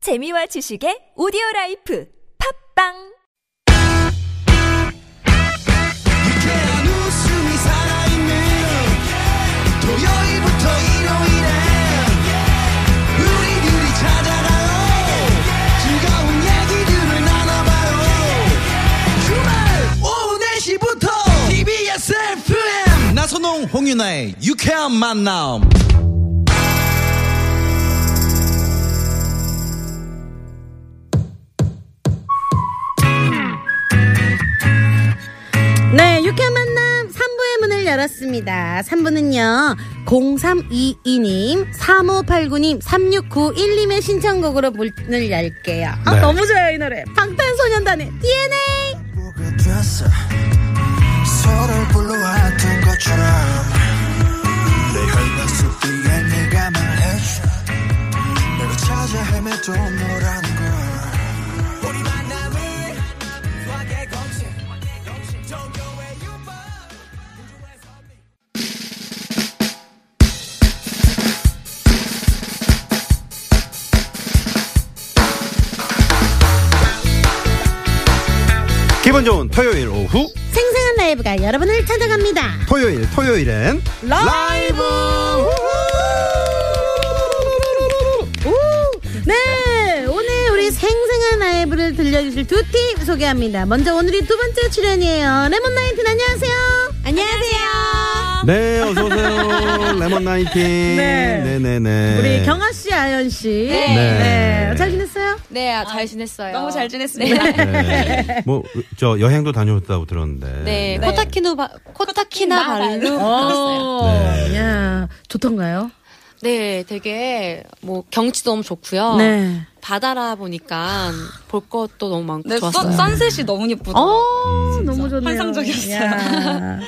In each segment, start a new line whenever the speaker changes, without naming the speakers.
재미와 지식의 오디오 라이프 팝빵
유쾌한 웃음이 살아있는 토요일부터 일요일에 우리들이 찾아가요 즐거운 얘기들을 나눠봐요 주말 오후 4시부터 TBS FM 나선홍 홍윤아의 유쾌한 만남
네, 유쾌한 만남 3부의 문을 열었습니다. 3부는요, 0322님, 3589님, 3691님의 신청곡으로 문을 열게요. 아,
네.
너무 좋아요, 이 노래. 방탄소년단의 DNA!
서로 불러왔던 것처럼 내 혈관 속 뒤에 네가 말해줘 내가 찾아 헤매도 너라는 걸 우리 만남을 소확의 공식 종교의 유법
기분 좋은 토요일 오후
생생한 라이브가 여러분을 찾아갑니다.
토요일 토요일엔
라이브! 우! 네, 오늘 우리 생생한 라이브를 들려주실 두 팀 소개합니다. 먼저 오늘이 두 번째 출연이에요. 레몬나이트 안녕하세요. 안녕하세요.
네 어서 오세요 레몬 나이틴
네.
네. 네네
우리 경아 씨, 아연 씨. 네.
네.
잘 지냈어요?
네, 아, 잘 지냈어요. 너무 잘 지냈어요.
네. 뭐저 여행도 다녀왔다고 들었는데
네, 코타키누 바, 코타키나 발루 갔어요.
네.
야, 좋던가요?
네, 되게 뭐 경치도 너무
어.
좋고요.
네.
바다라 보니까 볼 것도 너무 많고
네,
좋았어요.
선, 선셋이 너무 예쁘다.
어, 너무 좋네요.
환상적이었어요.
야.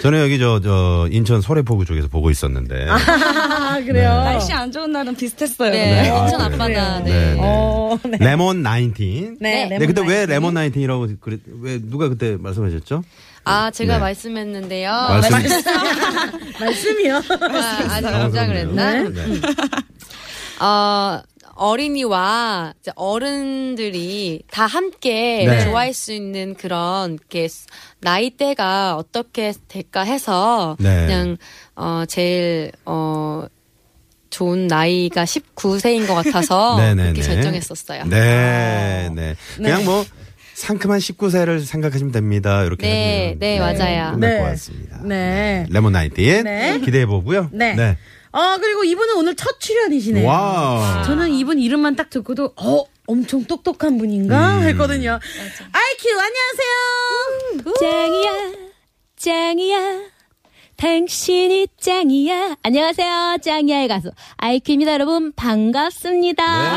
저는 여기 저 저 인천 소래포구 쪽에서 보고 있었는데
아,
네.
그래요?
날씨 안 좋은 날은 비슷했어요.
네,
아,
인천
그래요?
앞바다. 네.
네, 네.
어, 네.
레몬 나인틴
네,
네,
레몬
근데 왜
나이트.
레몬 나인틴이라고 그랬 왜 누가 그때 말씀하셨죠?
아, 제가
네.
어, 말씀했는데요.
말씀이요?
아, 아직 연장을 했나? 음.
네. 네.
어, 어린이와 이제 어른들이 다 함께
네.
좋아할 수 있는 그런 이렇게 나이대가 어떻게 될까 해서
네.
그냥 어 제일 어 좋은 나이가 19세인 것 같아서 어, 그렇게 결정했었어요. 아.
네, 네. 그냥 뭐 상큼한 19세를 생각하시면 됩니다. 이렇게
네,
하시면.
네, 맞아요.
끝날
네.
것 같습니다.
네.
레몬 나인틴
네.
기대해 보고요.
네. 어, 그리고 이분은 오늘 첫 출연이시네요.
와우.
저는 이분 이름만 딱 듣고도, 어, 엄청 똑똑한
음.
분인가? 했거든요. 아이큐, 안녕하세요.
음, 짱이야, 짱이야, 당신이 짱이야. 안녕하세요, 짱이야의 가수 아이큐입니다, 여러분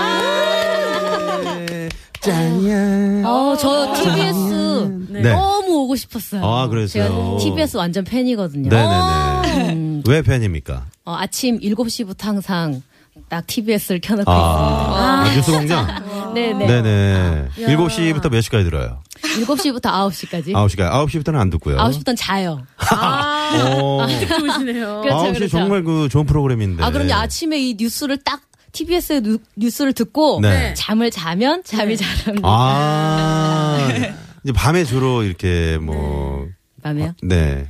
반갑습니다.
네. 짠이야.
어, 저 TBS
네.
너무 오고 싶었어요.
아, 그랬어요?
제가 TBS 완전 팬이거든요.
네, 네네네. 왜 팬입니까?
어, 아침 7시부터 항상 딱 TBS를 켜놓고
아, 아, 뉴스 공장?
있어요. 네네.
네네. 7시부터 몇 시까지 들어요?
7시부터 9시까지.
9시까지. 9시부터는 안 듣고요.
9시부터는 자요.
아,
오.
좋으시네요.
그렇죠,
9시
그렇죠.
정말 네. 그 좋은 프로그램인데.
아, 그럼요. 아침에 이 뉴스를 딱 TBS의 뉴스를 듣고
네.
잠을 자면 잠이 잘 옵니다.
아.
네.
이제 밤에 주로 이렇게 뭐.
밤에요?
네.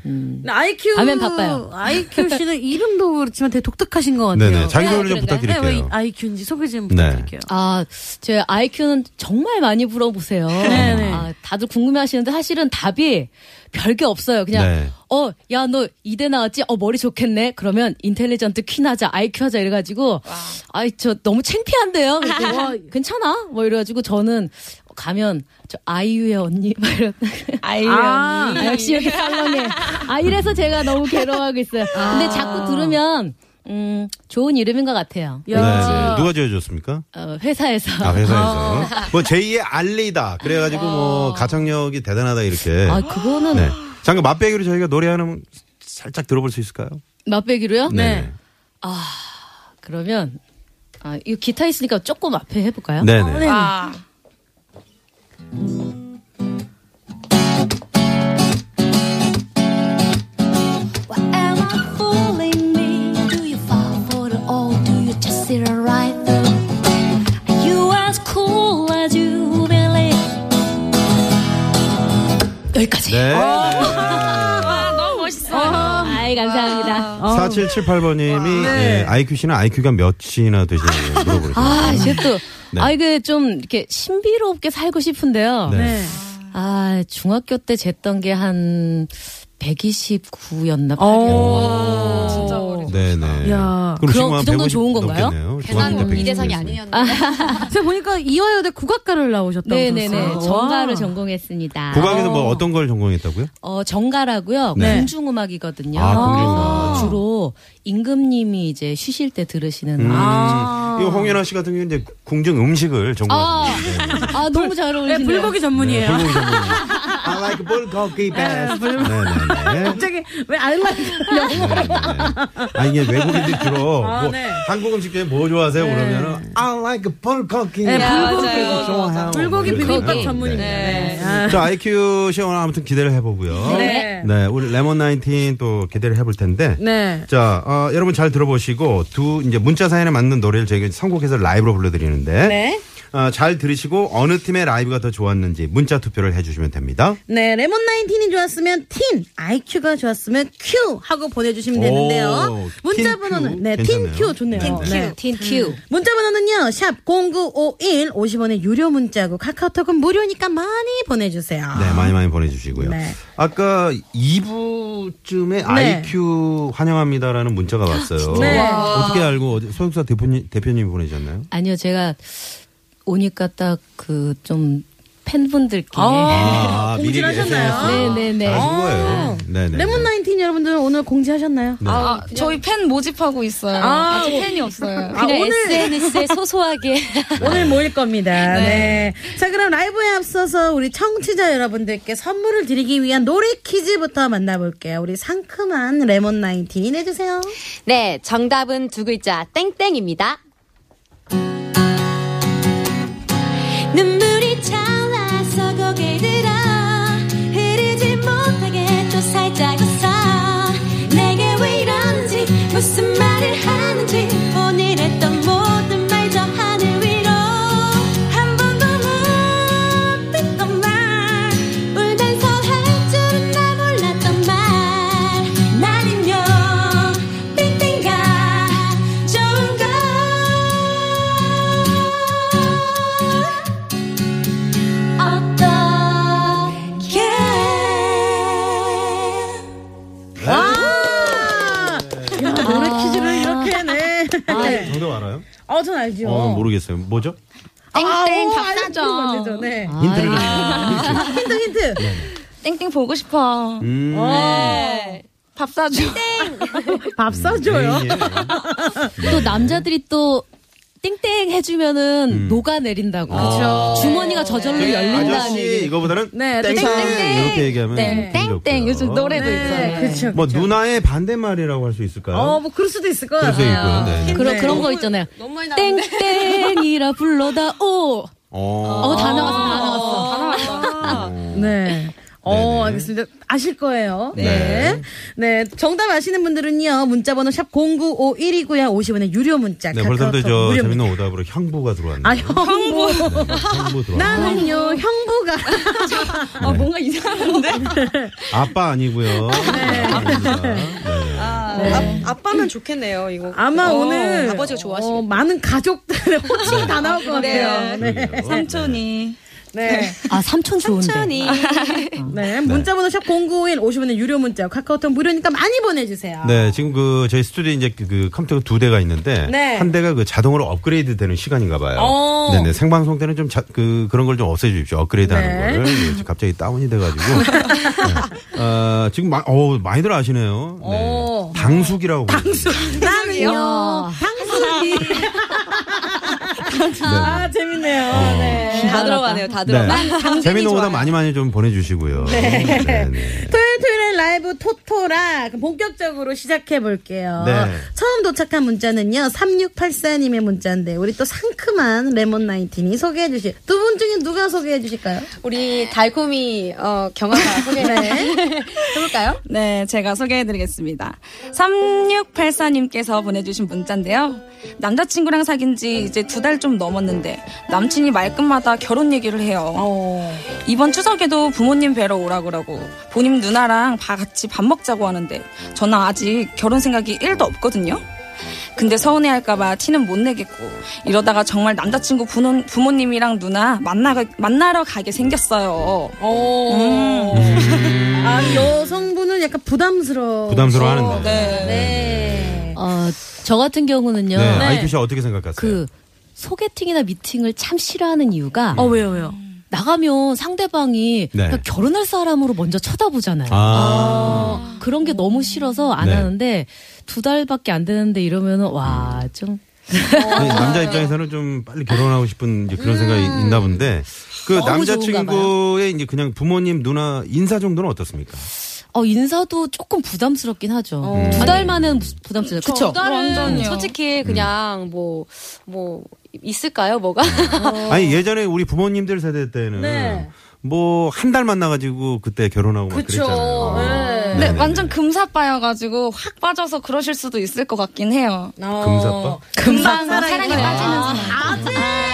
아이큐.
가면 바빠요.
아이큐 씨는 이름도 그렇지만 되게 독특하신 것 같아요.
네네. 자기 소개를 좀
그런가요?
네, 왜
부탁드릴게요.
아이큐인지 소개 좀
네.
부탁드릴게요.
아, 제 IQ는 정말 많이 물어보세요.
네,
아, 다들 궁금해 하시는데 사실은 답이 별게 없어요. 그냥,
네.
어, 야, 너 이대 나왔지? 어, 머리 좋겠네? 그러면 인텔리전트 퀸 하자, IQ 하자 이래가지고, 아이, 저 너무 창피한데요? 그랬더니, 와, 괜찮아? 뭐 이래가지고 저는 가면, 저 아이유의 언니, 막 이런.
아이유
아,
아, 역시 여기 살롱에. 아, 이래서 제가 너무 괴로워하고 있어요.
아.
근데 자꾸 들으면, 음, 좋은 이름인 것 같아요.
네.
야.
누가 지어줬습니까?
어, 회사에서.
아, 회사에서. 뭐, 제2의 알리다. 그래가지고 뭐, 가창력이 대단하다, 이렇게.
아, 그거는
네. 잠깐 맛배기로 저희가 노래 하나 살짝 들어볼 수 있을까요?
맛배기로요?
네.
그러면 아, 이 기타 있으니까 조금 앞에 해볼까요?
네네.
아,
Why am I fooling me? Do you fall for it all? Do you just sit right through? You ask 여기까지.
네.
와, 너무 멋있어요.
아이 감사합니다. 어.
4778번님이 IQ씨는 IQ가 몇이나 되시는지 물어보셨어요.
아 이제 또
네.
아, 이게 좀 이렇게 신비롭게 살고 싶은데요.
네.
아 중학교 때 쟀던 게 한 129였나
오.
8이었나.
진짜 어리
네, 네.
야.
그럼
그럼
지금 한
그 정도는
150
좋은 건가요?
넘겠네요. 중학교
계산
때
이 대상이
150
아니었는데.
제가 보니까 이화여대 국악과를 나오셨다고
네네네.
들었어요.
정가를
와.
전공했습니다.
국악에는 뭐 어떤 걸 전공했다고요?
어, 정가라고요.
네.
공중음악이거든요. 어,
아, 공중음악.
주로 임금님이 이제 쉬실 때 들으시는.
음.
아,
이 홍연아 씨 같은 경우는 이제 궁중 음식을
아.
전공하시는데. 네, 네.
아, 너무 잘
네,
어울리시네요.
불고기
네,
전문이에요.
불고기 전문. I like bulgogi best. 네, 네, 네.
갑자기 왜 아일랜드 영어?
아 이게 외국인들 주로
아,
뭐
네.
한국 음식 중에 뭐 좋아하세요? 그러면은 I like bulgogi.
네, 불고기.
맞아요.
좋아해요.
불고기
이렇게
비빔밥
하잖아요.
전문입니다.
네.
네. 아,
자, IQ 시험 오늘 아무튼 기대를 해보고요.
네.
네, 우리 레몬 19또 기대를 해볼 텐데.
네.
자, 어, 여러분 잘 들어보시고 두 이제 문자 사연에 맞는 노래를 저희가 선곡해서 라이브로 불러드리는데.
네.
어, 잘 들으시고 어느 팀의 라이브가 더 좋았는지 문자 투표를 해주시면 됩니다.
네, 레몬 나인틴이 좋았으면 틴, IQ가 좋았으면 Q 하고 보내주시면 되는데요.
오,
문자
틴
번호는
Q
네,
괜찮네요.
틴큐 좋네요.
틴
네.
틴큐.
문자 번호는요. 샵 0951 50원의 유료 문자고 카카오톡은 무료니까 많이 보내주세요.
네, 많이 많이 보내주시고요.
네.
아까 2부쯤에 IQ 환영합니다라는 문자가 왔어요.
네.
어떻게 알고 어디- 소속사 대표님, 대표님이 보내셨나요?
아니요, 제가 오니까 딱 그 좀 팬분들끼리.
아,
공지하셨나요?
SNS.
네네네.
잘하신 거예요. 네네.
레몬 나인틴 여러분들 오늘 공지하셨나요?
네.
아, 저희 팬 모집하고 있어요.
아,
아, 직 팬이 없어요.
아,
그냥
오늘-
SNS에 소소하게.
오늘 모일 겁니다. 네. 자, 그럼 라이브에 앞서서 우리 청취자 여러분들께 선물을 드리기 위한 노래 퀴즈부터 만나볼게요. 우리 상큼한 레몬 나인틴 해주세요.
네, 정답은 두 글자 땡땡입니다. 눈물이 차올라서 고개 들어 흐르지 못하게 또 살짝 웃어 내게 왜 이런지 무슨 말을 하는지 오늘 했던 모든 말 저 하늘 위로 한 번도 못 듣던 말 울면서 할 줄은 나 몰랐던 말난 인형 땡땡가 좋은 걸 어떻게
아! 야, 노래 퀴즈를 이렇게 네. 네.
정답 알아요?
어, 전 알죠. 아,
어, 모르겠어요. 뭐죠?
땡땡 아,
안 되죠.
답사죠.
네.
힌트를 좀 주세요. 힌트.
힌트, 힌트.
땡땡 보고 싶어.
음.
네. 밥 사줘.
밥 사줘요.
네,
또 남자들이 또 땡땡 해주면은 녹아내린다고. 주머니가 저절로
예.
열린다는
아저씨
얘기.
이거보다는
네,
땡땡 이렇게 얘기하면 네.
땡땡. 요즘 노래도 있잖아요.
그렇죠.
뭐 누나의 반대말이라고 할 수 있을까요?
어, 뭐 그럴 수도 있을 것
그럴 수 있고요.
같아요.
네, 네.
그런
네.
그런 거 있잖아요.
너무 많이
땡땡이라 불러다 오.
어.
어 다 나왔어 다 나왔어.
아.
네. 어,
네네.
알겠습니다. 아실 거예요. 네. 네.
네.
정답 아시는 분들은요, 문자번호 샵0951이고요, 50원의 유료 문자.
네,
카카오톡
벌써부터 저
무료입니다.
재밌는 오답으로 형부가 들어왔네요.
아, 형부.
네, 형부 들어왔네요.
나는요, 형부가.
아, 뭔가 이상한데?
아빠 아니고요. 네.
아, 빠면 좋겠네요, 이거.
아마 오늘.
어, 아버지가 좋아하시겠다.
어, 많은 가족들의
네.
호칭이 다 나올 것 같아요. 네. 네.
그러게요.
삼촌이.
네.
아 삼촌 좋은데.
천천히.
네.
문자번호 샵0951 50원의 유료 문자. 카카오톡 무료니까 많이 보내주세요.
네, 지금 그 저희 스튜디오에 이제 그, 그 컴퓨터가 두 대가 있는데
네.
한 대가 그 자동으로 업그레이드 되는 시간인가 봐요.
어.
네, 네. 생방송 때는 좀 자, 그 그런 걸 좀 없애 주십시오. 업그레이드 하는
네.
거를. 예, 지금 갑자기 다운이 돼 가지고. 네. 어, 지금 마, 어, 많이들 아시네요.
어.
네. 방숙이라고 방숙.
나는요, 방송이.
네,
아, 재밌네요.
어.
네.
다 들어가네요, 다 들어가.
네. 재미있는 오답 많이 많이 좀 보내 주시고요. 네. 네, 네.
토요일 토요일엔 라이브 토토라 그럼 본격적으로 시작해 볼게요.
네.
처음 도착한 문자는요. 3684님의 문자인데 우리 또 상큼한 레몬 나인틴이 소개해 주실 두 분 중에 누가 소개해 주실까요?
우리 달콤이 어, 경화가 소개를 해볼까요?
네, 제가 소개해드리겠습니다. 3684님께서 보내주신 문자인데요. 남자친구랑 사귄 지 이제 두 달 좀 넘었는데 남친이 말끝마다 결혼 얘기를 해요. 어. 이번 추석에도 부모님 뵈러 오라 그러고 본인 누나랑 다 같이 밥 먹자고 하는데 저는 아직 결혼 생각이 1도 없거든요. 근데 서운해할까봐 티는 못 내겠고 이러다가 정말 남자친구 부모, 부모님이랑 누나 만나, 만나러 가게 생겼어요. 음.
아 여성분은 약간 부담스러워.
부담스러워하는데.
네.
네.
어, 저 같은 경우는요.
네, 아이큐 씨 어떻게 생각하세요?
그 소개팅이나 미팅을 참 싫어하는 이유가
네. 어 왜요 왜요?
나가면 상대방이
네.
그냥 결혼할 사람으로 먼저 쳐다보잖아요.
아.
어, 그런 게 너무 싫어서 안
네.
하는데 두 달밖에 안 되는데 이러면은
음.
와 좀.
아니, 네, 남자 입장에서는 좀 빨리 결혼하고 싶은 이제 그런 생각이 있나 본데 그
너무
남자친구의 이제 그냥 부모님 누나 인사 정도는 어떻습니까?
어 인사도 조금 부담스럽긴 하죠.
어. 음.
두 달만은 부- 부담스러워요. 그쵸?
저는 솔직히 그냥 뭐 뭐 있을까요 뭐가?
아니 예전에 우리 부모님들 세대 때는
네.
뭐 한 달 만나가지고 그때 결혼하고 막
그쵸.
그랬잖아요.
네.
네,
네네네.
완전 금사빠여가지고 확 빠져서 그러실 수도 있을 것 같긴 해요.
어.
금사빠?
금방 아. 사랑에 빠지는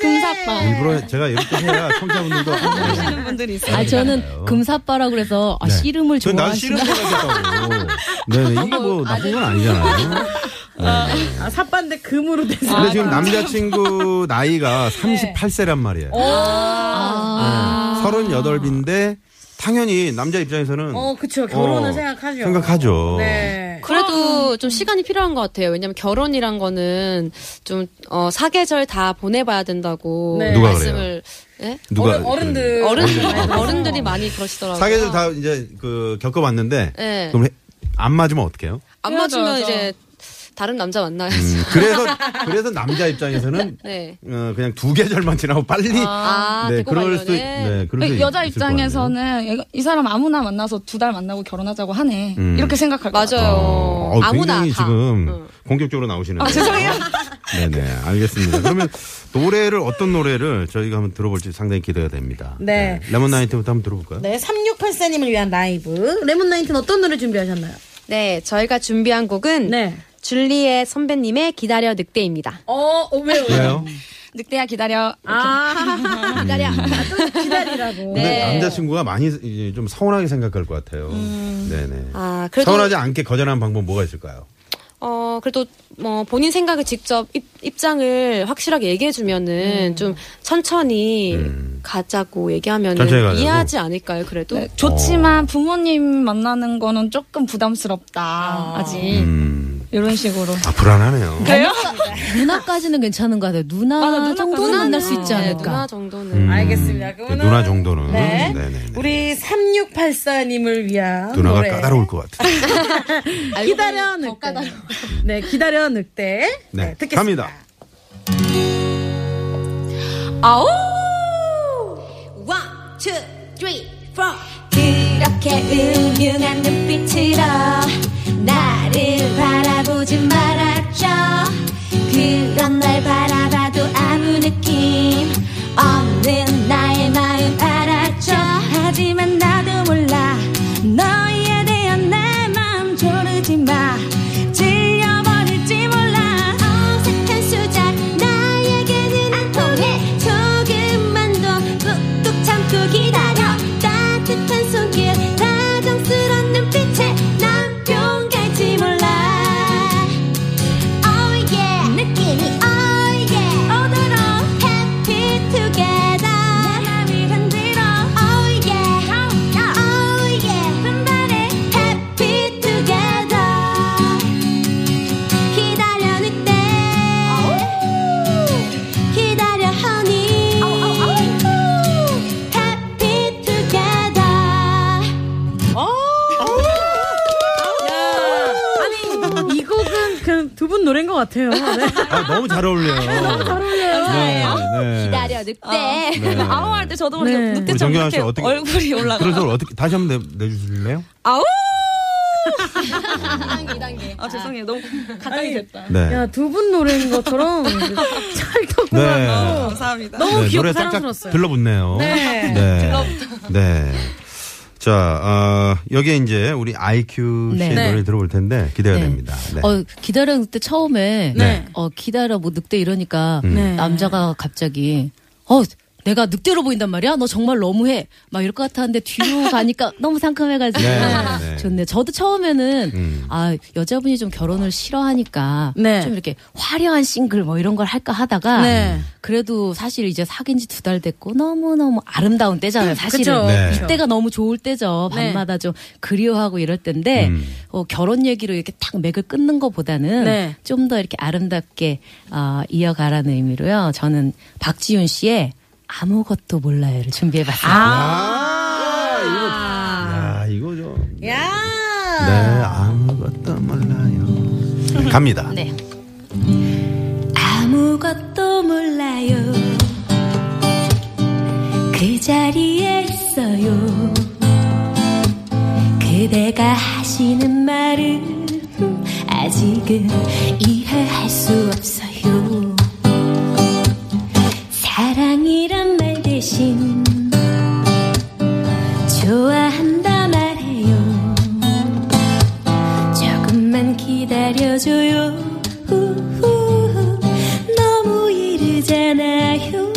금사빠.
아, 일부러 제가 이렇게 해야 청자분들도 네.
사람 분들이 있어요.
아
네.
저는 금사빠라 그래서 아, 씨름을
난
좋아하시나
씨름 좋아하겠다고. 네네 이게 뭐 나쁜 건 아니잖아요. 네.
아 사빠인데 금으로 된
근데 지금 남자친구 나이가 38세란 말이에요.
어,
아.
38인데 네. 당연히 남자 입장에서는
어, 그쵸. 결혼을
어,
생각하죠.
생각하죠.
네.
그래도 좀 시간이 필요한 것 같아요. 왜냐면 결혼이란 거는 좀 어, 사계절 다 보내봐야 된다고
네.
누가
말씀을 예?
누가
어른- 어른들.
어른들 어른들이 많이 그러시더라고요.
사계절 다 이제 그 겪어봤는데
예.
그럼 해- 안 맞으면 어떡해요?
안 맞으면 이제 다른 남자 만나야죠.
음, 그래서 그래서 남자 입장에서는
네.
어, 그냥 두 계절만 지나고 빨리
아,
네
듣고
그럴
말려네.
수 네, 그럴 수 있-
여자
있을 것 같네요.
입장에서는 얘가- 이 사람 아무나 만나서 두 달 만나고 결혼하자고 하네.
음.
이렇게 생각할 것 같아요.
맞아요.
어, 어,
아무나
굉장히
다.
지금
응.
공격적으로 나오시는. 아, 죄송해요. 네네, 알겠습니다. 그러면 노래를, 어떤 노래를 저희가 한번 들어볼지 상당히 기대가 됩니다.
네.
레몬나이트부터 한번 들어볼까요?
네, 3684님을 위한 라이브. 레몬나인틴 어떤 노래 준비하셨나요?
네, 저희가 준비한 곡은
네.
줄리의 선배님의 기다려 늑대입니다.
어, 어 왜요?
왜요?
늑대야 기다려.
아, 기다려. 기다리라고. 네.
근데 남자친구가 많이 이제 좀 서운하게 생각할 것 같아요. 네네.
아, 그래도-
서운하지 않게 거절하는 방법 뭐가 있을까요?
어, 그래도 뭐 본인 생각을 직접 입, 입장을 확실하게 얘기해 주면은 좀 천천히 가자고 얘기하면
음. 천천히 가자고?
이해하지 않을까요? 그래도
네, 좋지만 부모님 만나는 거는 조금 부담스럽다. 아. 직
음,
이런 식으로.
아, 불안하네요.
그래요?
누나까지는 괜찮은 것 같아요. 누나
맞아, 누나까지는
그 정도는 만날 수
네,
있지 않을까.
누나 정도는
알겠습니다.
그
그러면
누나 정도는.
네.
네네네.
우리 3684님을 위한
누나가
노래.
까다로울 것 같아요.
기다려 늑대. 네, 기다려 늑대. 네,
네.
듣겠습니다.
갑니다.
아오!
그렇게 음흉한 눈빛으로 나를 바라보지 말았죠 그런 날 바라봐도 아무 느낌 없는 나의 마음 알았죠 하지만 나도 몰라 너에 대한 내 마음 조르지 마 질려버릴지 몰라 어색한 수작 나에게는 안 통해 조금만 더 꾹꾹 참고 기다려 따뜻한 손길 다정스런 눈빛에 난 용갈지 몰라 Oh yeah 느낌이 Oh yeah 오도록 Happy together 내 맘이 흔들어 Oh yeah Oh yeah 분발해 Happy together 기다려 늑대 기다려 허니 Happy together
아니, 이 곡은 그냥 두분 노래인 것 같아요. 네.
아, 너무 잘 어울려요. 네, 네.
기다려
있어요, 늑대.
네.
아우 할 때 저도 모르게
네.
늑대
우리
좀
정경아 씨
이렇게
어떻게
얼굴이 올라가.
그런 소리 어떻게 다시 한번 내, 내주실래요?
아우.
단계.
아 죄송해요. 너무
아니,
가까이 됐다.
네.
야, 두 분 노래인 것처럼 찰떡궁합
네.
감사합니다.
너무
네,
귀엽고
노래 짝짝
사랑스러웠어요.
들러붙네요.
네.
네. 네. 자, 어, 여기에 이제 우리 IQ 씨의
네.
노래 들어볼 텐데 기대가
네.
됩니다. 네.
어, 기다려 늑대 처음에
네.
어, 기다려 뭐 늑대 이러니까
음.
네.
남자가 갑자기 어 내가 늑대로 보인단 말이야? 너 정말 너무해. 막 이럴 것 같았는데 뒤로 가니까 너무 상큼해가지고
네, 네.
좋네. 저도 처음에는
음.
아 여자분이 좀 결혼을 싫어하니까
네.
좀 이렇게 화려한 싱글 뭐 이런 걸 할까 하다가
네.
그래도 사실 이제 사귄 지 두 달 됐고 너무 너무 아름다운 때잖아요.
그쵸,
사실은
네.
그쵸.
이때가 너무 좋을 때죠.
그렇죠. 네.
밤마다 좀 그리워하고 이럴 때인데
음.
어, 결혼 얘기로 이렇게 딱 맥을 끊는 것보다는
네.
좀 더 이렇게 아름답게 어, 이어가라는 의미로요. 저는 박지윤 씨의 아무것도 몰라요를 준비해봤습니다.
아, 이거 좀. 네,
야.
아무것도 몰라요. 갑니다.
네. 아무것도 몰라요. 그 자리에 있어요. 그대가 하시는 말은 아직은 이해할 수 없어요. 사랑이란 말 대신 좋아한다 말해요. 조금만 기다려줘요. 후후후. 너무 이르잖아요.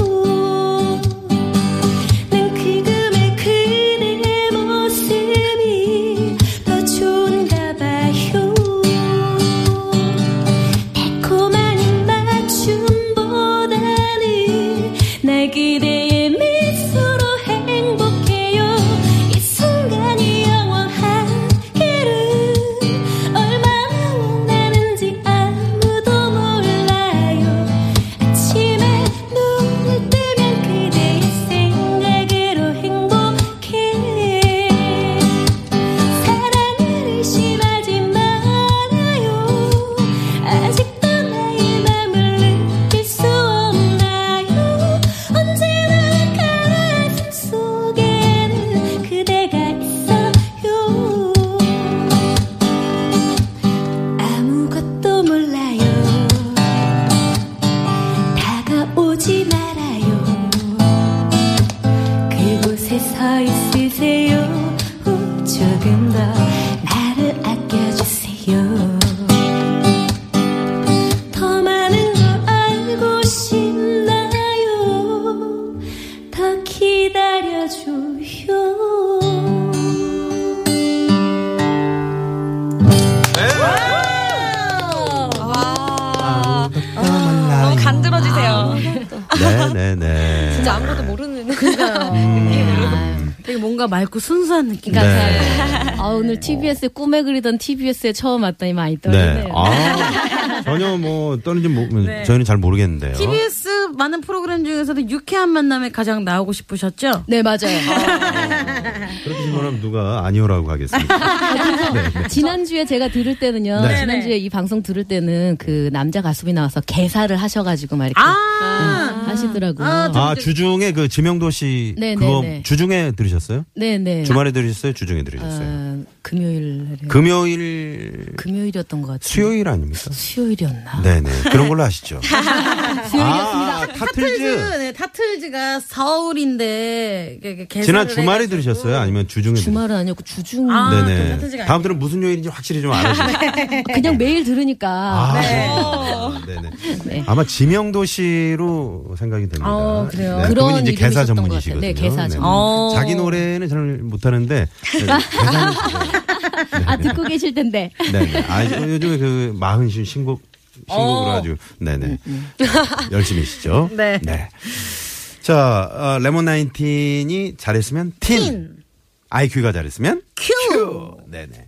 난 그금의 그대 모습이 더 좋은가 봐요. 달콤한 입맞춤보다는 날 그대의 미소로 행복해요. 이 순간이 영원하기를 얼마나 원하는지 아무도 몰라요. 아침에 눈을 뜨면 그대의 생각으로 행복해. 사랑을 의심하지 말아요 아직도 나의 맘을 느낄 수 없나요 언제나 가슴 속에는 그대가 있어요 아무것도 몰라요 다가오지 말아요 그곳에 서 있으세요 조금 더 나를 아껴주세요 더 많은 걸 알고 싶나요 더 기다려줘요
와.
너무
간들어지세요.
네네네. 음.
진짜 아무것도 모르는.
되게 뭔가 맑고 순수한 느낌.
그러니까
네.
아, 오늘 TBS 꿈에 그리던 TBS에 처음 왔다니 많이
네.
떨리네요
아, 전혀 뭐, 떠는지 모, 저희는 잘 모르겠는데요.
TBS 많은 프로그램 중에서도 유쾌한 만남에 가장 나오고 싶으셨죠?
네 맞아요
그렇게 질문하면 누가 아니오라고 네, 하겠습니까?
지난주에 제가 들을 때는요.
네.
지난주에 이 방송 들을 때는 그 남자 가수분이 나와서 개사를 하셔가지고 막 이렇게
아,
하시더라고요.
아, 주중에 그 지명도 씨.
네,
그거
네, 네.
주중에 들으셨어요?
네네.
주말에 들으셨어요? 주중에 들으셨어요?
아, 금요일 그...
금요일,
금요일이었던 것 같아요.
수요일 아닙니까?
수요일이었나?
네네. 그런 걸로 아시죠?
수요일이었습니다.
아,
타틀즈,
타틀즈.
네, 타틀즈가 서울인데 이게- 이게 개사를
지난 주말에
해가지고.
들으셨어요? 아니면 주중에 들으셨어요?
주말은 아니었고 주중
아, 그
네네.
타틀즈가
다음 주는 무슨 요일인지 확실히 좀 알아주세요.
네.
그냥 매일 들으니까
아, 네. 네. 아마 지명도 씨로 생각이 됩니다. 네,
어, 그래요?
그런
분이 이제
이름이셨던
개사
것 같아요.
전문이시거든요.
네, 개사 전문.
어.
자기 노래는 잘 못하는데 네, 개사는 잘해요.
아 듣고 계실 텐데
네, 네. 아, 요- 요즘에 그 마흔 신 신곡 신곡으로 아주 네네 열심히시죠.
어. 음, 네.
자, 어, 레몬 나인틴이 잘했으면 틴. IQ가 잘했으면 큐. 네네.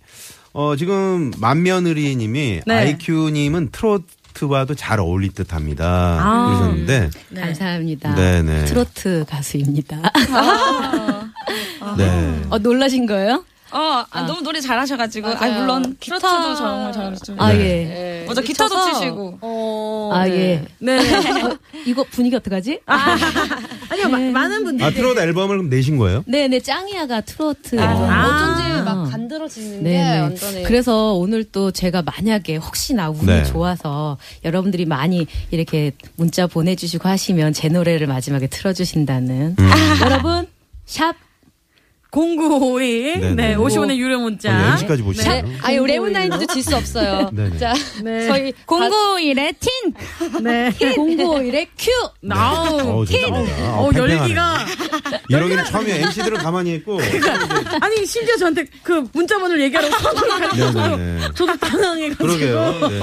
어, 지금 만며느리님이
네.
IQ님은 트로트와도 잘 어울릴 듯 합니다.
아. 네.
그러셨는데. 네.
감사합니다.
네네.
트로트 가수입니다.
네.
아.
어, 놀라신 거예요?
어, 아, 너무 노래 잘하셔가지고. 아,
맞아요.
물론
기타-
기타도 정말 잘하시죠.
아,
네.
예.
맞아, 기타도
쳐서-
치시고.
어,
아,
네.
예.
네.
어, 이거 분위기 어떡하지?
아니요, 마- 많은
아,
분들이.
트롯 앨범을 그럼 내신 거예요?
네네, 짱이야가 트로트.
어쩐지
아.
막 간드러지는
네,
게 완전히.
그래서 오늘 또 제가 만약에 혹시나 운이
네.
좋아서 여러분들이 많이 이렇게 문자 보내주시고 하시면 제 노래를 마지막에 틀어주신다는
음.
여러분 샵
0951. 네,
네, 네.
50원의 유료
아,
문자.
여기까지 보시네요.
아니 레몬나인도 질 수 없어요.
네,
아.
네.
자 저희
091의 틴!
네.
0951의 큐
나우.
네. 어우, 좋습니다.
어, 열기가. 아,
이러기는 처음에 MC들은 가만히 있고.
아니, 심지어 저한테 그 문자번호를 얘기하라고 선물을
네,
가르쳐줘요.
네, 네.
저도 어. 당황해가지고.
그러게요. 네.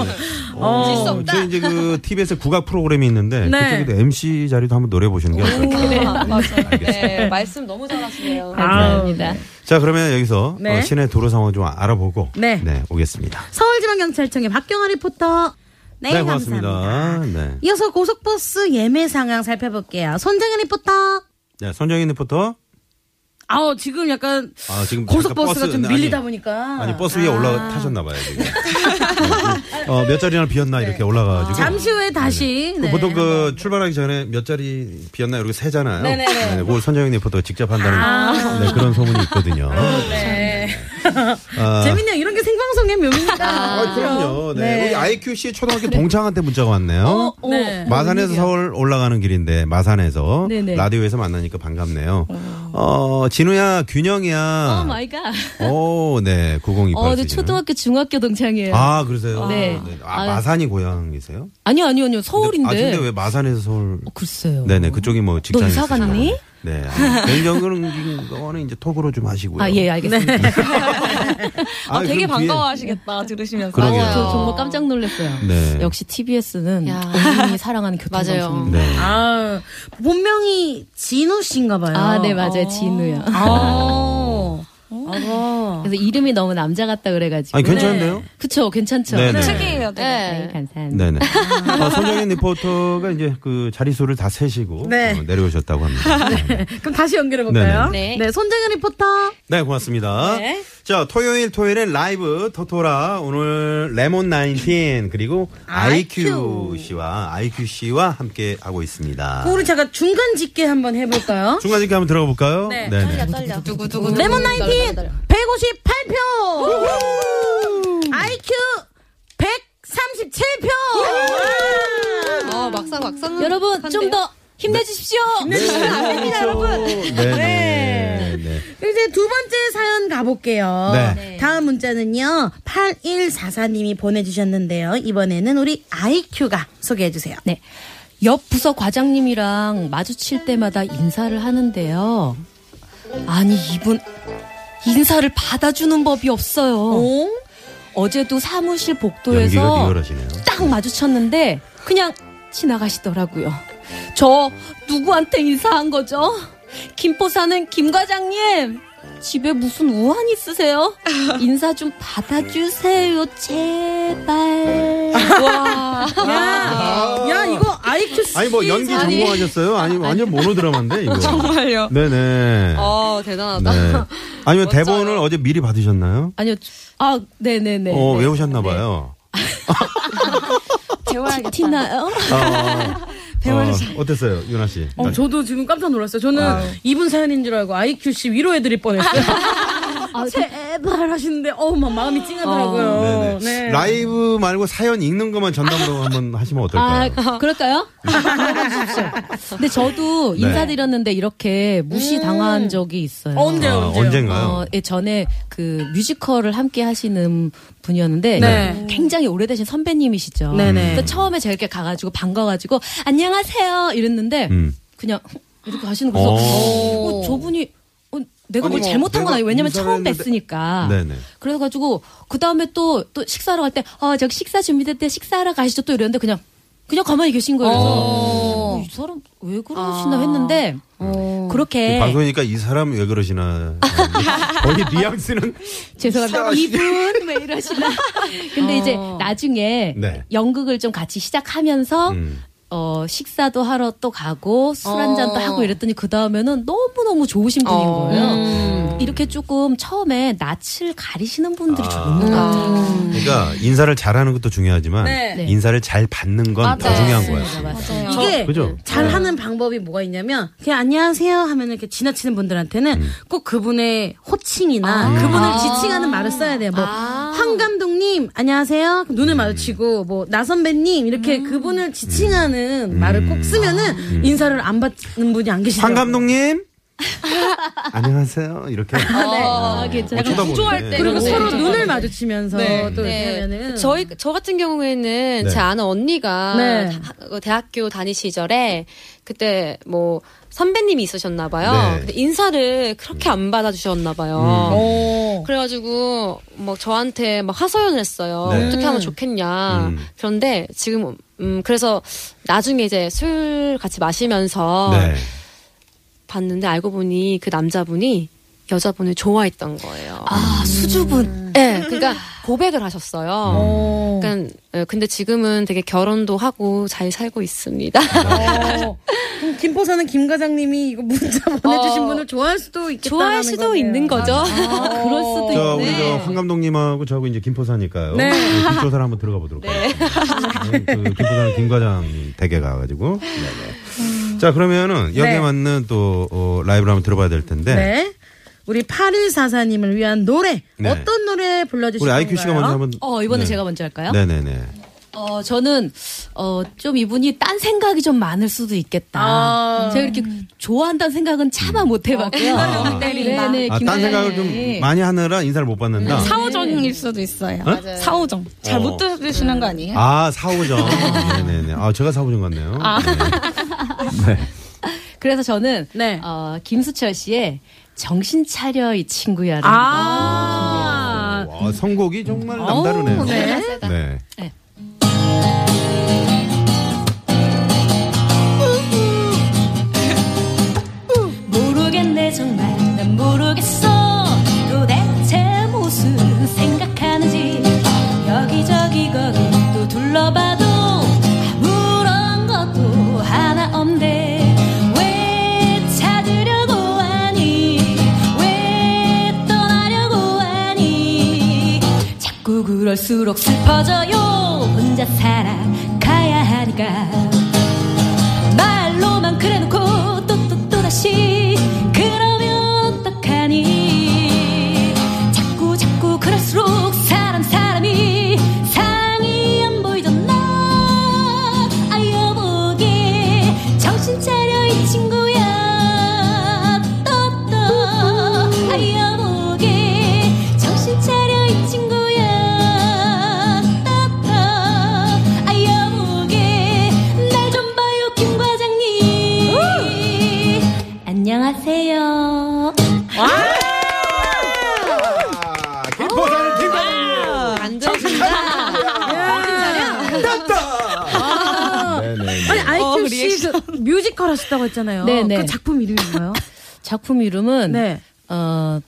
어, 저 이제 그 TBS 국악 프로그램이 있는데
네.
그쪽에도 MC 자리도 한번 노래 보시는 게 어떨까?
맞아요. 네, 말씀 너무 잘하시네요.
아,
감사합니다.
자, 그러면 여기서
네.
어, 시내 도로 상황 좀 알아보고
네.
오겠습니다.
서울지방경찰청의 박경아 리포터. 네,
고맙습니다.
감사합니다.
네.
이어서 고속버스 예매 상황 살펴볼게요. 손정현 리포터.
네, 선정인 리포터.
아우, 지금 약간
아, 지금
고속버스가
잠깐
좀
버스-
밀리다
아니,
보니까.
아니 버스 위에 올라 타셨나 봐요 지금. 네. 어, 몇 자리나 비었나 이렇게 올라가가지고.
네. 잠시 후에 다시. 네,
보통 그
한번.
출발하기 전에 몇 자리 비었나 이렇게 세잖아요.
네네네.
네, 그걸 선정인 리포터가 직접 한다는 네, 그런 소문이 있거든요.
네.
아,
재밌네요. 이런 게 생방송의 묘미입니다.
아, 그럼요. 네.
네.
우리 IQC 초등학교 동창한테 문자가 왔네요.
어?
네.
마산에서 서울 올라가는 길인데 마산에서
네네.
라디오에서 만나니까 반갑네요. 어, 진우야, 균영이야.
오 어, 마이 갓.
오, 네, 902.
어, 저 초등학교 중학교 동창이에요. 아.
아, 그러세요?
네.
아,
아.
마산이 고향이세요?
니요 아니요 아니요 서울인데.
아, 근데 왜 마산에서 서울?
어, 글쎄요.
네네, 그쪽이 뭐 직장이.
너 이사
있으신가
갔니?
보네. 네. 아, 개인적인 거는 이제 톡으로 좀 하시고요. 네.
아 예 알겠습니다.
아,
되게
그럼 뒤에-
반가워하시겠다, 들으시면서.
그러게요.
어, 저
아.
정말 깜짝 놀랐어요.
네.
역시 TBS는
야.
국민이 사랑하는
맞아요.
교통방송.
네.
아, 본명이 진우 씨인가 봐요.
아, 네, 맞아요. 어. 진우요.
아. 아.
그래서 이름이 너무 남자 같다 그래가지고.
아니, 괜찮은데요?
그쵸, 괜찮죠.
네네.
특이해요, 되게.
네, 감사합니다.
네네. 어, 손정현 리포터가 이제 그 자리수를 다 세시고
네.
어, 내려오셨다고 합니다. 네.
그럼 다시 연결해 볼까요?
네네.
네, 손정현 리포터.
네, 고맙습니다.
네.
자, 토요일 토요일에 라이브 토토라 오늘 레몬 나인틴 그리고 IQ 씨와 IQ 씨와 함께 하고 있습니다.
우리 제가 중간 집계 한번 해볼까요?
중간 집계 한번 들어가 볼까요?
네.
네.
떨려.
레몬 나인틴 158표. IQ 137표.
어 막상 막상
여러분, 좀 더 음, 네. 힘내주십시오.
안됩니다 여러분. 네. 네. 네.
그 이제 두 번째 사연 가볼게요.
네.
다음 문자는요. 8144님이 보내주셨는데요. 이번에는 우리 아이큐가 소개해주세요.
네. 옆 부서 과장님이랑 마주칠 때마다 인사를 하는데요. 아니, 이분, 인사를 받아주는 법이 없어요.
아,
어제도 사무실
연기가
복도에서
리얼하시네요.
딱 마주쳤는데 그냥 지나가시더라고요. 저 누구한테 인사한 거죠? 김포 사는 김 과장님 집에 무슨 우환 있으세요? 인사 좀 받아주세요 제발. 와.
야, 야, 이거 아이큐 씨.
아니 뭐 연기
사연.
전공하셨어요? 아니 완전 모노드라마인데 이거.
아,
정말요.
네네.
아,
어 대단하다.
네. 아니면 대본을 어제 미리 받으셨나요?
아니요. 아 네네네.
어 외우셨나봐요.
티- 티나요?
배워주세요. 어, 땠어요 유나 씨?
어, 저도 지금 깜짝 놀랐어요. 저는
아.
이분 사연인 줄 알고 아이큐 씨 위로해드릴 뻔했어요.
아,
제발 하시는데, 어우, 막 마음이 찡하더라고요.
네네.
네.
라이브 말고 사연 읽는 것만 전담으로 한번 하시면
아,
어떨까요?
그럴까요? 주십시오. 근데 저도
네.
인사드렸는데 이렇게 무시당한 적이 있어요.
음. 언제요,
아,
언제요?
언젠가요?
어, 예, 전에 그 뮤지컬을 함께 하시는 분이었는데
네.
굉장히 오래되신 선배님이시죠.
네네.
그래서 처음에 제가 이렇게 가가지고 반가가지고 안녕하세요 이랬는데
음.
그냥 이렇게 하시는 거서
오.
어, 저분이 어, 내가
아니, 뭐
뭘 잘못한 건
내가
아니고 왜냐면
인사를
처음
했는데-
뵀으니까.
네네.
그래가지고 그 다음에 또 또 식사하러 갈 때 아 저기 식사 준비됐대 식사하러 가시죠 또 이랬는데 그냥 그냥 가만히 계신 거예요. 그래서
어.
이 사람 왜
아.
그러시나 했는데 그렇게
방송이니까 이 사람 왜 그러시나. 거의 뉘앙스는.
죄송합니다. 이분 왜 이러시나. 근데 이제 나중에
네.
연극을 좀 같이 시작하면서
음.
어, 어, 식사도 하러 또 가고 술
어.
한잔도 하고 이랬더니 그 다음에는 너무너무 좋으신 분인
어.
거예요. 이렇게 조금 처음에 낯을 가리시는 분들이
아.
좋은 것
그러니까 인사를 잘하는 것도 중요하지만
네.
인사를 잘 받는 건 더
맞아요.
중요한 거야.
같아요.
이게
그죠? 네.
잘하는 방법이 뭐가 있냐면 그냥 안녕하세요 하면 이렇게 지나치는 분들한테는
음.
꼭 그분의 호칭이나
아.
그분을 지칭하는 말을 써야 돼요. 뭐 황 감독님 안녕하세요. 그럼
음.
눈을 마주치고 뭐 나 선배님 이렇게 그분을 지칭하는
음.
말을 꼭 쓰면은 인사를 안 받는 분이 안 계시죠.
황 감독님 안녕하세요 이렇게
아, 괜찮아요.
어, 쳐다보네.
구조할 때
그리고
네.
서로
네.
눈을 마주치면서 또 이렇게 네. 하면은
네. 저희 저 같은 경우에는
네.
제 아는 언니가
네.
다- 그 대학교 다니 시절에 그때 뭐 선배님이 있으셨나 봐요.
네. 음.
근데 인사를 그렇게 안 받아주셨나
어.
봐요.
어.
그래가지고 막 저한테 막 하소연을 했어요.
네.
어떻게 하면 좋겠냐.
음.
그런데 지금 음 그래서 나중에 이제 술 같이 마시면서
네.
봤는데 알고 보니 그 남자분이 여자분을 좋아했던 거예요.
아, 수줍은.
네, 그러니까 고백을 하셨어요.
어.
그러니까 어, 근데 지금은 되게 결혼도 하고 잘 살고 있습니다.
어. 그럼 김포사는 김 과장님이 이거 문자 보내주신
어.
분을 좋아할 수도 어. 있겠다.
좋아할 수도 있는 거죠.
그럴 수도
저
있네.
우리 저황 감독님하고 저하고 이제 김포사니까요.
네.
조사를 한번 들어가
네.
보도록 하겠습니다. 네, 그 김포사는 김 과장님 댁에 가가지고. 네,
음.
네네. 자 그러면은 여기에
네.
맞는 또 어, 라이브를 한번 들어봐야 될 텐데
네. 우리 8144님을 위한 노래
네.
어떤 노래 불러주실
우리
건가요?
아이큐 씨가 먼저 한번.
어, 이번에 제가 먼저 할까요?
네. 네네네.
어, 저는, 어, 좀 이분이 딴 생각이 좀 많을 수도 있겠다.
아.
제가 이렇게 좋아한다는 생각은 차마 못 해봤고요.
아.
네, 네,
음. 아,
김
딴 생각을
과장님. 네.
좀 많이 하느라 인사를 못 받는다.
사오정일 수도 있어요.
맞아요.
사오정. 잘 못 들으시는 거
예?
아니에요?
아, 사오정. 네네네. 아, 제가 사오정 같네요. 네. 네.
그래서 저는,
네.
어, 김수철 씨의 정신 차려 이 친구야를.
아.
와, 선곡이 정말 남다르네요.
네.
네.
모르겠네 정말 난 모르겠어 도대체 무슨 생각하는지 여기저기 거기 또 둘러봐도 아무런 것도 하나 없네 왜 찾으려고 하니 왜 떠나려고 하니 자꾸 그럴수록 슬퍼져요 혼자 살아가야 하니까 말로만 그래놓고 또 또 또다시 그러면 어떡하니 자꾸 자꾸 그럴수록 사람 사람이 상이 안 보이던 나 아여보게 정신 차려 이 친구야 또또 아여보게 정신 차려 이 친구야 또또 아여보게 날 좀 봐요 김 과장님 안녕하세요
아, 김포사는 김포사는
안 좋습니다.
아니
네네.
예. 아. 아이큐 씨그 뮤지컬 하셨다고 했잖아요.
네, 음. 네.
그 작품 이름이 뭐예요?
작품 이름은,
네.
어,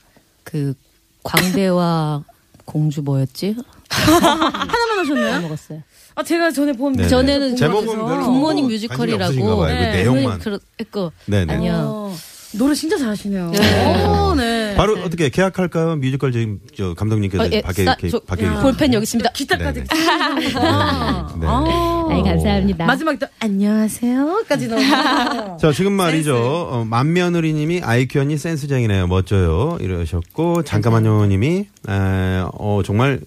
그, 광대와 공주 뭐였지?
하나만 하셨나요?
먹었어요.
아 제가 전에 본
네네.
저는
제목은
궁금해서.
별로
굿모닝
어, 관심이 없으신가
뮤지컬이라고. 네,
봐요. 그 내용만.
그랬고.
네네.
아니요.
어, 노래 진짜 잘하시네요.
네.
오, 네. 어,
바로 어떻게 계약할까요? 뮤지컬 지금 저 감독님께서
예,
밖에
사-
이렇게
저-
밖에 계시죠?
볼펜 여기 있습니다.
기타까지.
네네.
치시는구나.
네.
아.
아이, 감사합니다.
마지막 또 안녕하세요까지 넣어.
자, 지금 말이죠. 어, 만며느리 님이 아이큐 언니 센스쟁이네요. 멋져요. 이러셨고,
그렇죠.
잠깐만요 님이, 에, 어, 정말,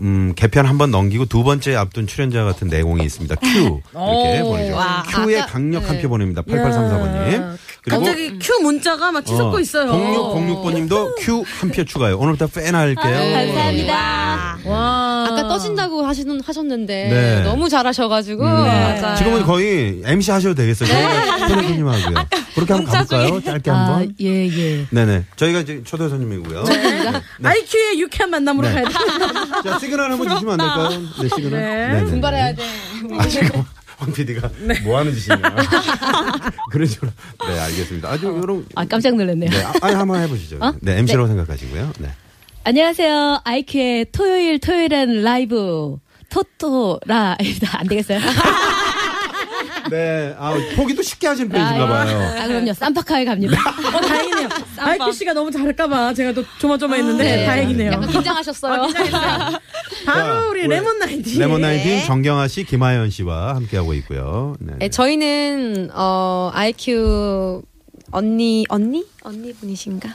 음, 개편 한 번 넘기고 두 번째 앞둔 출연자 같은 내공이 있습니다. 큐.
어,
이렇게 보내죠.
아,
큐의 강력한 표 보냅니다. 8834번님.
네. 갑자기 큐 문자가 막 치솟고 있어요.
0606번 님도 큐 한 표 추가요. 오늘부터 팬
아,
할게요.
네,
감사합니다.
와.
아까 떠진다고 하시는 하셨는데
네.
너무 잘하셔가지고 네, 맞아요.
지금은 거의 MC 하셔도 되겠어요. 저희가 초대 손님하고요. 그렇게 한번 가볼까요? 짧게
아,
한번.
예, 예.
네네. 저희가 이제 초대 손님이고요.
아이큐의 유쾌한 만남으로
네.
가야 돼.
자, 시그널 한번 주시면 안 될까요? 네, 시그널.
네.
네네.
분발해야 돼.
아, 지금 황 PD가 뭐 하는 짓이냐. 그런 식으로. 네, 알겠습니다. 아주 여러분.
아, 깜짝 놀랐네요.
네, 아, 아니, 한번 해보시죠. 네, MC로 생각하시고요. 네.
안녕하세요. 아이큐의 토요일 토요일엔 라이브 토토라입니다. 안 되겠어요?
네. 아, 포기도 쉽게 하시는 편이신가 봐요.
아, 그럼요. 쌈파카에 갑니다.
어, 다행이네요. 아이큐 씨가 너무 잘할까봐 제가 또 조마조마했는데 다행이네요.
약간 긴장하셨어요.
자,
바로 우리
우리
레몬 나이디.
레몬 나인틴 정경아 씨, 김하연 씨와 함께하고 있고요. 네.
네, 저희는 어 IQ 언니 언니 언니 분이신가?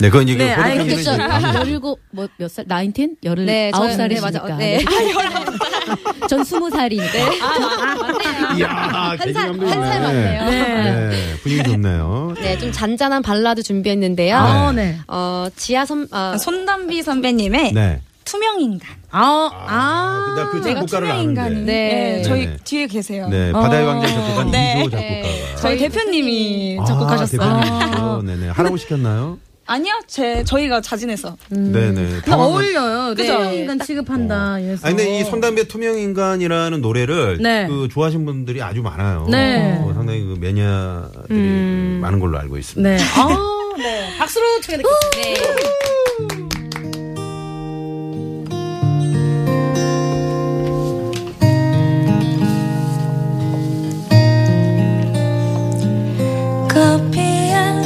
네, 그건 이게
네,
호르몬이
알겠죠.
이제 아, 방송-
열일곱 뭐 몇 살? 나인틴? 열을 아홉
저희- 네, 맞아.
살이시니까. 네.
어, 네.
전 스무 살이니까.
아,
이야,
살-
개그감독이네.
한살 맞네요.
네. 분위기 좋네요.
네, 아, 좀 잔잔한 발라드 준비했는데요.
어, 네.
어, 지하 선 아,
손담비 선배님의
네.
투명인간.
아, 어, 아.
나 그 작곡가를
투명인간이.
아는데.
네.
저희
네네.
뒤에 계세요.
네, 바다의 왕자 작곡가는
네.
이주호 작곡가가.
저희 대표님이
네.
작곡하셨어요.
아, 대표님이시죠. 네네. 하라고 시켰나요?
아니요, 제 저희가 자진해서.
네네.
나
당황한- 어.
어울려요.
그죠?
투명인간 취급한다.
어.
이래서.
아니 근데 이 손담비의 투명인간이라는 노래를
네.
그 좋아하시는 분들이 아주 많아요.
네.
어, 상당히 그 매니아들이 많은 걸로 알고 있습니다.
네. 아, 네. 박수로 청해 듣겠습니다.
커피한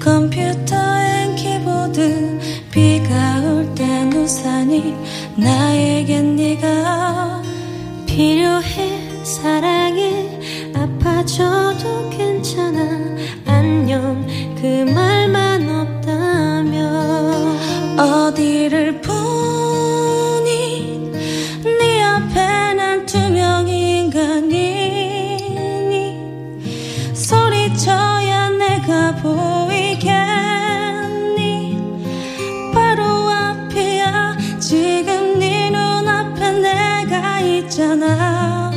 설탕이 컴퓨터엔 키보드 비가 올 땐 우산이 나에겐 네가 필요해 사랑해 아파져도 괜찮아 안녕 그 말만 없다면 어디를 보니 네 앞에 난 투명 인간이니 소리쳐야 내가 보이겠니 바로 앞이야 지금 네 눈앞에 내가 있잖아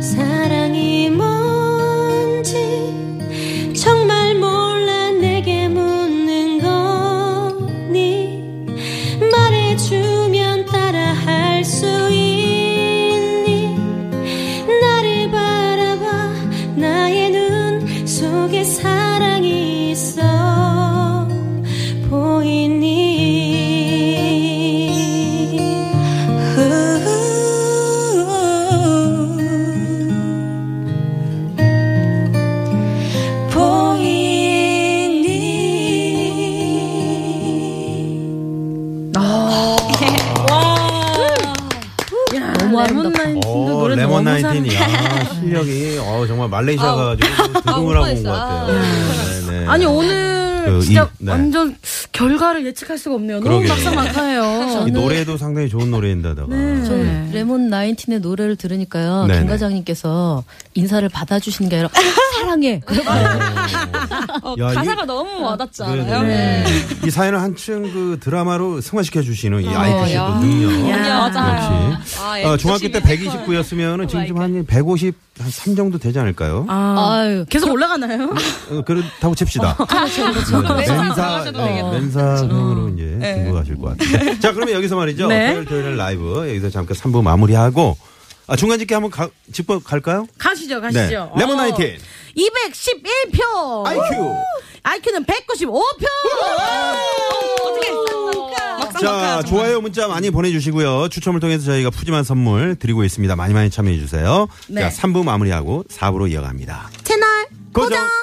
사랑이 뭔지 정말 몰라 내게 묻는 거니 말해주면 따라 할 수 있니 나를 바라봐 나의 눈 속에 사랑이 있어 보이니 후. 보이니
야,
너무
레몬
아름답다.
나이디
어,
노래
레몬
너무
나인틴,
잘.
야, 실력이, 어, 정말 말레이시아가 아주 두둥을 하고 온 것 같아요. 네네.
아니 오늘
그
진짜
이- 네.
완전 결과를 예측할 수가 없네요. 너무
그러게요.
막상막하예요.
이 노래도 상당히 좋은 노래인다다가.
네.
저는 그렇죠. 레몬 나인틴의 노래를 들으니까요.
네네.
김 과장님께서 인사를 받아주시는 게 아니라 사랑해.
어,
야,
가사가
이게-
너무 와닿지
네,
않아요?
네. 이 사연을 한층 그 드라마로 승화시켜 주시는 이 아이크 씨도 능력.
야, 맞아요.
역시. 어, 중학교 때 129였으면 지금 좀 한 150한3 정도 되지 않을까요?
아,
아유.
계속 올라가나요?
어, 그렇다고 칩시다. 네, 멘사, 어, 멘사형으로 이제 등극하실 것 같아요. 자, 그러면 여기서 말이죠.
네.
토요일 토요일 라이브 여기서 잠깐 3부 마무리하고 아, 중간 집게 한번 가, 짚고 갈까요?
가시죠, 가시죠. 어.
네. 레몬 나인틴.
211표.
아이큐.
아이큐는 195표.
어, 자, 좋아요 문자 많이 보내주시고요. 추첨을 통해서 저희가 푸짐한 선물 드리고 있습니다. 많이 많이 참여해주세요.
네.
자, 3부 마무리하고 4부로 이어갑니다.
채널
고정.
고정.